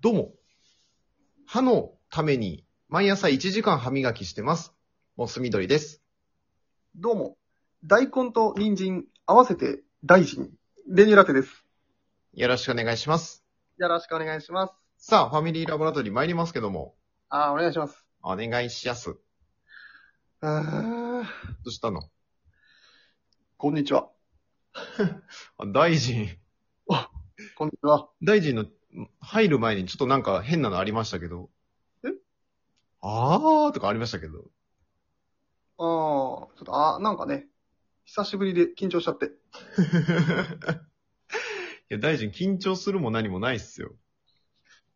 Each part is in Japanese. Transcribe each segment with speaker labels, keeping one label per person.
Speaker 1: どうも。歯のために毎朝1時間歯磨きしてます。モス緑です。
Speaker 2: どうも。大根と人参合わせて大臣、レニューラテです。
Speaker 1: よろしくお願いします。
Speaker 2: よろしくお願いします。
Speaker 1: さあ、ファミリーラボラトリー参りますけども、
Speaker 2: あーお願いします。
Speaker 1: お願いしやす。
Speaker 2: あー
Speaker 1: どうしたの
Speaker 2: こんにちは。
Speaker 1: あ大臣、
Speaker 2: こんにちは。
Speaker 1: 大臣のん入る前にちょっとなんか変なのありましたけど。
Speaker 2: え
Speaker 1: あーとかありましたけど。
Speaker 2: あー、ちょっと、あーなんかね、久しぶりで緊張しちゃって。
Speaker 1: いや、大臣緊張するも何もないっすよ。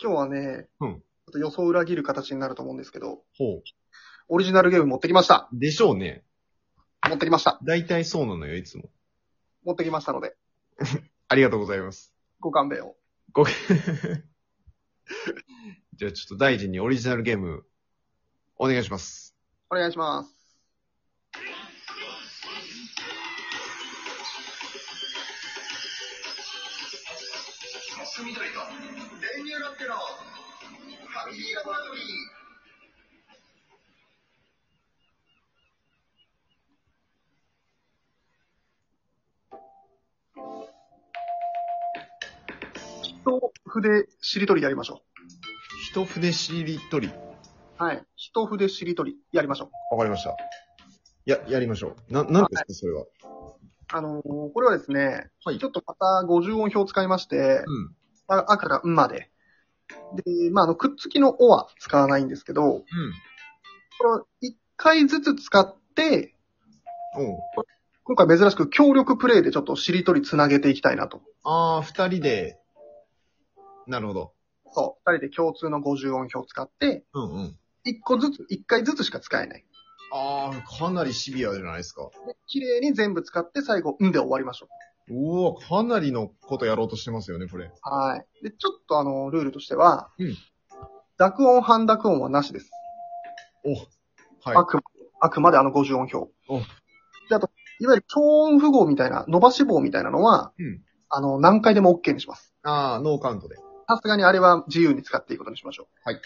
Speaker 2: 今日はね、
Speaker 1: うん
Speaker 2: ちょっと予想を裏切る形になると思うんですけど、
Speaker 1: ほう。
Speaker 2: オリジナルゲーム持ってきました。
Speaker 1: でしょうね。
Speaker 2: 持ってきました。
Speaker 1: 大体そうなのよ、いつも。
Speaker 2: 持ってきましたので、
Speaker 1: ありがとうございます。
Speaker 2: ご勘弁を。
Speaker 1: ごめんじゃあちょっと大臣にオリジナルゲーム、お願いします。
Speaker 2: お願いします。一筆しりとりやりましょ
Speaker 1: 一筆しりとり。
Speaker 2: う。はい。一筆しりとりやりましょう。
Speaker 1: わかりました。や、やりましょう。な、なんですか、それは。
Speaker 2: あのーこれはですね、
Speaker 1: はい
Speaker 2: ちょっとまた50音表を使いまして、
Speaker 1: うん。
Speaker 2: ああからんまで。で、まあ、あの、くっつきのおは使わないんですけど、これを1回ずつ使って、
Speaker 1: うん。おう
Speaker 2: 今回珍しく協力プレイでちょっとしりとりつなげていきたいなと。
Speaker 1: あー、二人で、なるほど。
Speaker 2: そう。二人で共通の50音表を使って、
Speaker 1: うんうん。
Speaker 2: 1個ずつ、1回ずつしか使えない。
Speaker 1: あー、かなりシビアじゃないですか。
Speaker 2: で綺麗に全部使って最後、んで終わりましょ
Speaker 1: うわ、かなりのことやろうとしてますよね、これ。
Speaker 2: う。はい。で、ちょっとあの、ルールとしては、
Speaker 1: うん
Speaker 2: 濁音、半濁音はなしです。
Speaker 1: お。
Speaker 2: あ
Speaker 1: は
Speaker 2: くまで、あくまであの50音表
Speaker 1: お。
Speaker 2: で、あと、いわゆる超音符号みたいな、伸ばし棒みたいなのは、
Speaker 1: うん
Speaker 2: あの、何回でも OK にします。
Speaker 1: い。あー、ノーカウントで。
Speaker 2: さすがにあれは自由に使っていくことにしましょう。
Speaker 1: はい。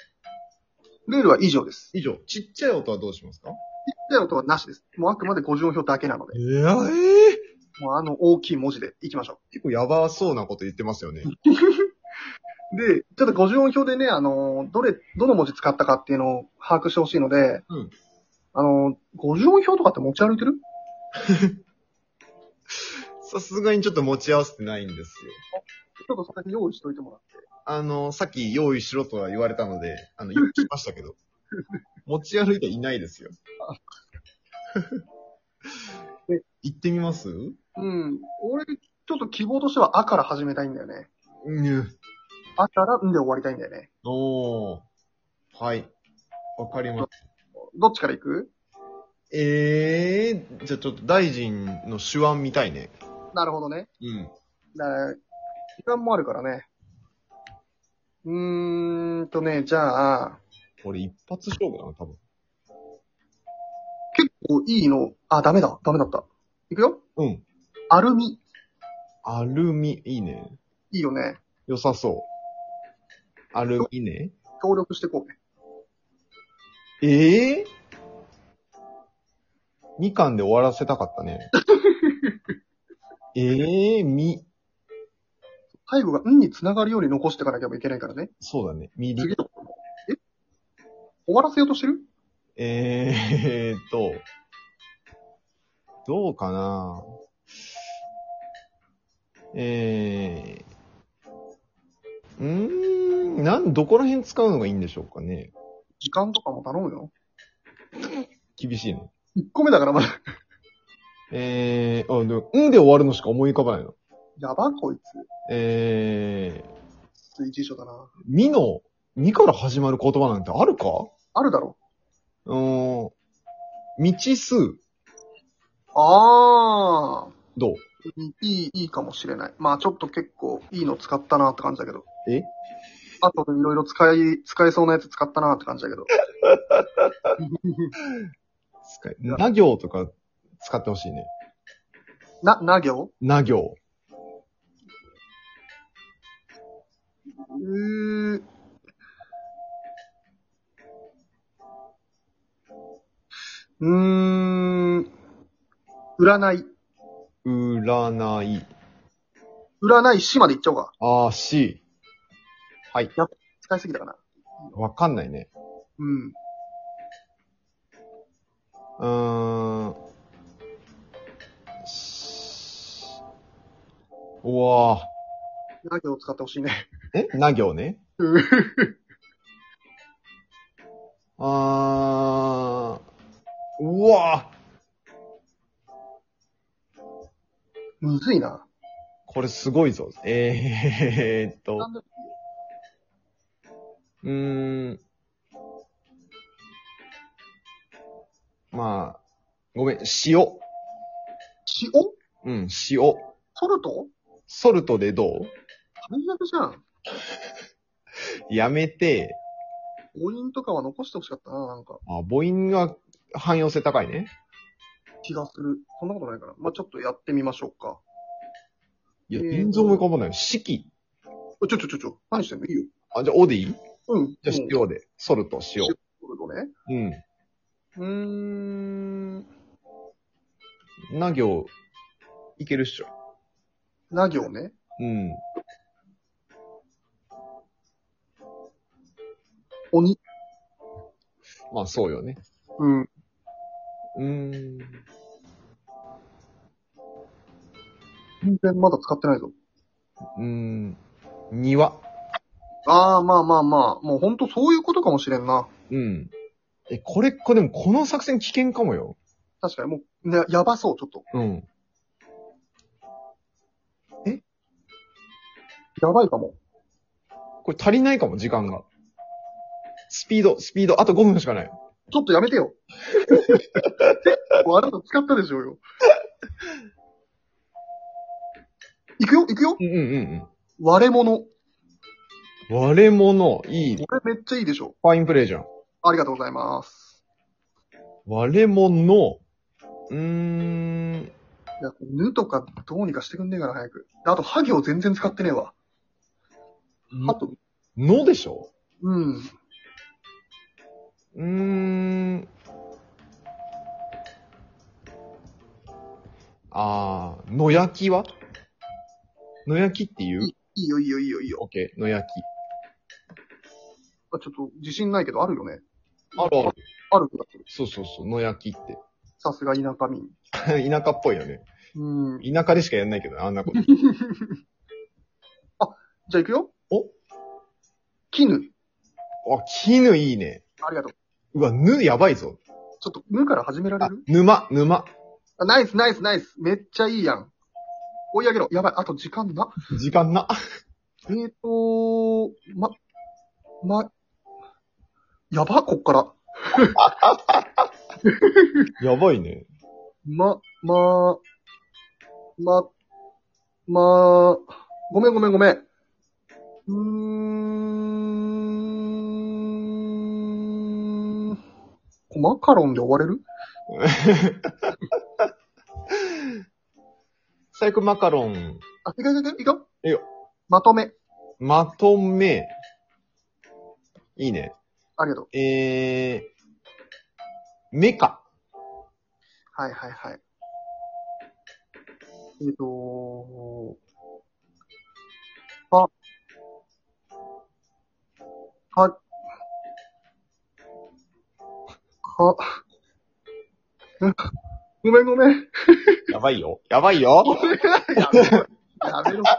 Speaker 2: ルールは以上です。
Speaker 1: 以上。ちっちゃい音はどうしますか
Speaker 2: で、音はなしです。もうあくまで50音表だけなので、
Speaker 1: いや、えー、
Speaker 2: もうあの大きい文字でいきましょ
Speaker 1: 結構やばそうなこと言ってますよね。
Speaker 2: う。で、ちょっと50音表でね、あの、どれ、どの文字使ったかっていうのを把握してほしいので、
Speaker 1: うん
Speaker 2: あの、50音表とかって持ち歩いてる
Speaker 1: さすがにちょっと持ち合わせてないんですよ。
Speaker 2: ちょっとそれ用意しといてもらって。
Speaker 1: あの、さっき用意しろとは言われたので、あの、言ってきましたけど。持ち歩いていないですよ。
Speaker 2: え
Speaker 1: 行ってみます
Speaker 2: うん。俺、ちょっと希望としては、あから始めたいんだよね。
Speaker 1: うん。
Speaker 2: あから、んで終わりたいんだよね。
Speaker 1: おー。はい。わかりまし
Speaker 2: どっちから行く
Speaker 1: た。えー、じゃあちょっと大臣の手腕見たいね。
Speaker 2: なるほどね。
Speaker 1: うん。
Speaker 2: だから時間もあるからね。うーんとね、じゃあ、
Speaker 1: これ一発勝負だな、多分。
Speaker 2: 結構いいの、あ、ダメだ、ダメだった。いくよ
Speaker 1: うん。
Speaker 2: アルミ。
Speaker 1: アルミ、いいね。
Speaker 2: いいよね。
Speaker 1: 良さそう。アルミね。
Speaker 2: 協力してこうね。
Speaker 1: ええ二巻で終わらせたかったね。ええみ、
Speaker 2: 最後が、んに繋がるように残していかなきゃいけないからね。
Speaker 1: そうだね。みり、
Speaker 2: 次の。え終わらせようとしてる
Speaker 1: えーっと、どうかなえー、うーん、なん、どこら辺使うのがいいんでしょうかね。
Speaker 2: 時間とかも頼むよ。
Speaker 1: 厳しいね。
Speaker 2: 1個目だからまだ。
Speaker 1: えー、あ、でも、んで終わるのしか思い浮かばないの。
Speaker 2: やば、こいつ。
Speaker 1: え
Speaker 2: 随辞書だな。
Speaker 1: ー、みの、みから始まる言葉なんてあるか
Speaker 2: あるだろ。
Speaker 1: うーん、未知数、
Speaker 2: あー。
Speaker 1: どう
Speaker 2: いい、いいかもしれない。まあちょっと結構いいの使ったなって感じだけど。
Speaker 1: え
Speaker 2: あといろいろ使い、使えそうなやつ使ったなって感じだけど。
Speaker 1: 使い、な行とか使ってほしいね。
Speaker 2: な、な行
Speaker 1: な行。
Speaker 2: うー、うーん。占い。
Speaker 1: 占い。
Speaker 2: 占い師まで行っちゃおうか。
Speaker 1: あー、し。はい。
Speaker 2: 使いすぎたかな。
Speaker 1: わかんないね。
Speaker 2: うん。
Speaker 1: うーん。しうわ
Speaker 2: 何を使ってほしいね。
Speaker 1: ー。えな行ね。
Speaker 2: うん
Speaker 1: あー。うわー。
Speaker 2: むずいな。
Speaker 1: これすごいぞ。えーっと。うーん。まあ、ごめん、塩。
Speaker 2: 塩
Speaker 1: うん、塩。
Speaker 2: ソルト
Speaker 1: ソルトでど
Speaker 2: 最悪じゃん。
Speaker 1: うやめて、
Speaker 2: 母音とかは残してほしかったな、なんか。
Speaker 1: あ母音が汎用性高いね。
Speaker 2: 気がする。そんなことないから。まあ、ちょっとやってみましょうか。
Speaker 1: いや、
Speaker 2: えー
Speaker 1: 全然思い浮かばないよ。四季。
Speaker 2: おちょちょちょちょ。何してんのいいよ。
Speaker 1: あ、じゃあ、おでいい
Speaker 2: うん。
Speaker 1: じゃあ、
Speaker 2: うん
Speaker 1: 塩で。ソルト、塩。
Speaker 2: ソルトね。
Speaker 1: うん。
Speaker 2: うーん。
Speaker 1: な行、いけるっしょ。
Speaker 2: な行ね。
Speaker 1: うん。
Speaker 2: 鬼。
Speaker 1: まあ、そうよね。
Speaker 2: うん。
Speaker 1: うーん。
Speaker 2: 全然まだ使ってないぞ。
Speaker 1: うーん。庭。
Speaker 2: ああ、まあまあまあ。もうほんとそういうことかもしれんな。
Speaker 1: うん。え、これ、これでもこの作戦危険かもよ。
Speaker 2: 確かにもう、ね、やばそう、ちょっと。
Speaker 1: うん。
Speaker 2: やばいかも。
Speaker 1: これ足りないかも、時間が。スピード、スピード、あと5分しかない。
Speaker 2: ちょっとやめてよ。 もうあなた使ったでしょうよ。いくよ、いくよ。
Speaker 1: うんうんうん
Speaker 2: 割れ物。こ
Speaker 1: うん。割れ物、いい、フ
Speaker 2: れめっちゃいいでしょ。
Speaker 1: ァインプレイじゃん。
Speaker 2: ありがとうございます。
Speaker 1: 割れ物、うーん、
Speaker 2: いや、ぬとかどうにかしてくんねえかな、早く。あと、は行全然使ってねえわ。あと、
Speaker 1: のでしょ
Speaker 2: うん。
Speaker 1: うーん。あー、野焼きは野焼きっていう
Speaker 2: いいよ、いいよ、いいよ、いいよ。
Speaker 1: オッケー、野焼き。
Speaker 2: あちょっと、自信ないけど、あるよね。
Speaker 1: あるある。
Speaker 2: あるんだ。
Speaker 1: そうそうそう、野焼きって。
Speaker 2: さすが田舎民。
Speaker 1: 田舎っぽいよね。
Speaker 2: うん。
Speaker 1: 田舎でしかやんないけどね、あんなこと。
Speaker 2: じゃあ、いくよ。
Speaker 1: お
Speaker 2: 絹。
Speaker 1: あ、絹いいね。
Speaker 2: ありがとう。
Speaker 1: うわ、ぬ、やばいぞ。
Speaker 2: ちょっと、ぬから始められ
Speaker 1: あ
Speaker 2: る、
Speaker 1: 沼、沼。
Speaker 2: あナイス、ナイス、ナイス。めっちゃいいやん。追い上げろ。やばい。あと、時間な。
Speaker 1: 時間な。
Speaker 2: えーとー、ま、ま、やば、こっから。
Speaker 1: やばいね。
Speaker 2: ま、ま、ま、ま、ごめんごめんごめん。うーん。こマカロンで終われる
Speaker 1: 最悪マカロン、
Speaker 2: あ、いかいかいかいか
Speaker 1: いいよ。
Speaker 2: まとめ。
Speaker 1: まとめ。いいね。
Speaker 2: ありがとう。
Speaker 1: えー、メカ。
Speaker 2: はいはいはい。えっ、とあ、は、は、 うんごめんごめん。
Speaker 1: やばいよ。やばいよ。
Speaker 2: やめろ。やめろ。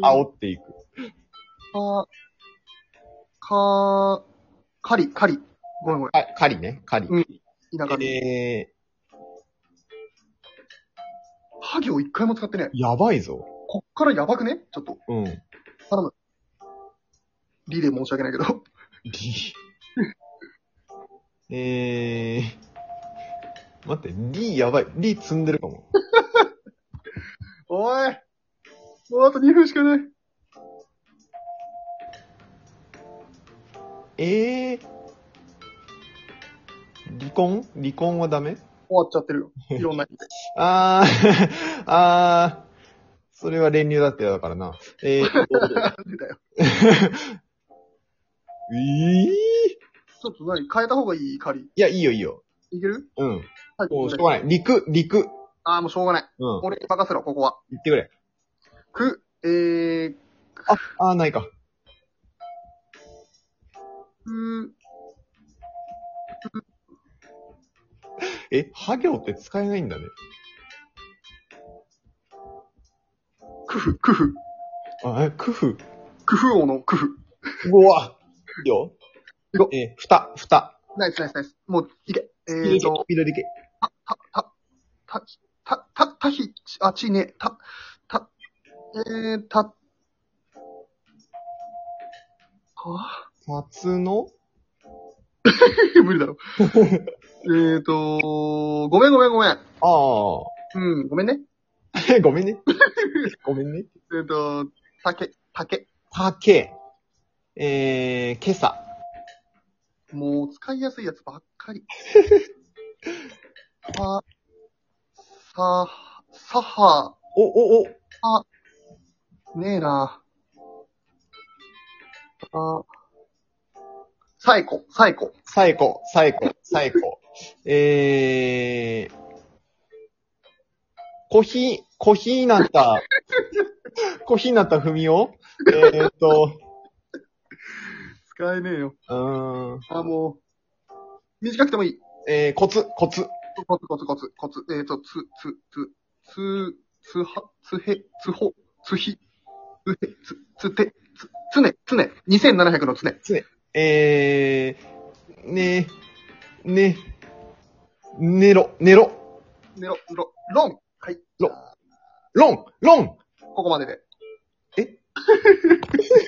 Speaker 1: 煽っていく。
Speaker 2: か、か、かり、かり。ごめんごめん。
Speaker 1: あ、狩りね、狩り。
Speaker 2: 田舎で。
Speaker 1: え
Speaker 2: は行一回も使ってね。
Speaker 1: ー、やばいぞ。
Speaker 2: こっからやばくねちょっと。
Speaker 1: うん。
Speaker 2: リで申し訳ないけど。
Speaker 1: D。えー、待って、D やばい。D 積んでるかも。
Speaker 2: おいもうあと2分しかない。
Speaker 1: えー、離婚離婚はダメ
Speaker 2: 終わっちゃっ てるよ。いろんな意味で。
Speaker 1: あー、 あー、それは練乳だってだからな。えー、
Speaker 2: なんでだよ。
Speaker 1: えー、い
Speaker 2: ちょっと何変えた方がいい仮。
Speaker 1: や、いいよいいよ。
Speaker 2: いける
Speaker 1: うん。
Speaker 2: はい。
Speaker 1: もうしょうがない。陸、陸。
Speaker 2: ああ、もうしょうがない。
Speaker 1: うん。
Speaker 2: 俺に任せろ、ここは。
Speaker 1: 言ってくれ。
Speaker 2: く、えー、
Speaker 1: あ、あー、ないか。
Speaker 2: く、
Speaker 1: え、は行って使えないんだね。
Speaker 2: くふ、くふ、
Speaker 1: あ、え、工夫。
Speaker 2: くふ王のくふ。
Speaker 1: うわ。いいよ
Speaker 2: 行こ。
Speaker 1: えー、ふた、ふた。
Speaker 2: ナイスナイスナイス。もう、いけ。え
Speaker 1: スピードでけ
Speaker 2: ーと、
Speaker 1: スピードでけ。
Speaker 2: た、た、た、た、た、たひ、あ、ちね、た、た、えー、た、は
Speaker 1: 松の
Speaker 2: ぁ無理だろ。えーと、ごめんごめんごめん。
Speaker 1: あ
Speaker 2: うん、ごめんね。
Speaker 1: あ。ごめんね。ごめんね。
Speaker 2: えーと、たけ、たけ。
Speaker 1: 竹。えー、今朝。
Speaker 2: もう使いやすいやつばっかり。 さ、さ、さは、
Speaker 1: お、お、お。
Speaker 2: ねえな。あ、サイコ、サイコ。
Speaker 1: サイコ、サイコ、サイコ。えー、コヒー、コヒーなった、コヒーなったふみおえーっと、
Speaker 2: 使えねえよ。
Speaker 1: うーん、
Speaker 2: あ、もう、短くてもいい。
Speaker 1: えー、コツ、コツ、
Speaker 2: コツコツコツコツ、えっ、ー、と、つ、つ、つ、つ、つは、つへ、つほ、つひ、つへ、つ、つて、つ、つね、つね、2700のつね。
Speaker 1: えー、ね、ね、ねろ、ねろ、
Speaker 2: ねろ、ろ、ろん。はい。
Speaker 1: ろん、ろん
Speaker 2: ここまでで。
Speaker 1: え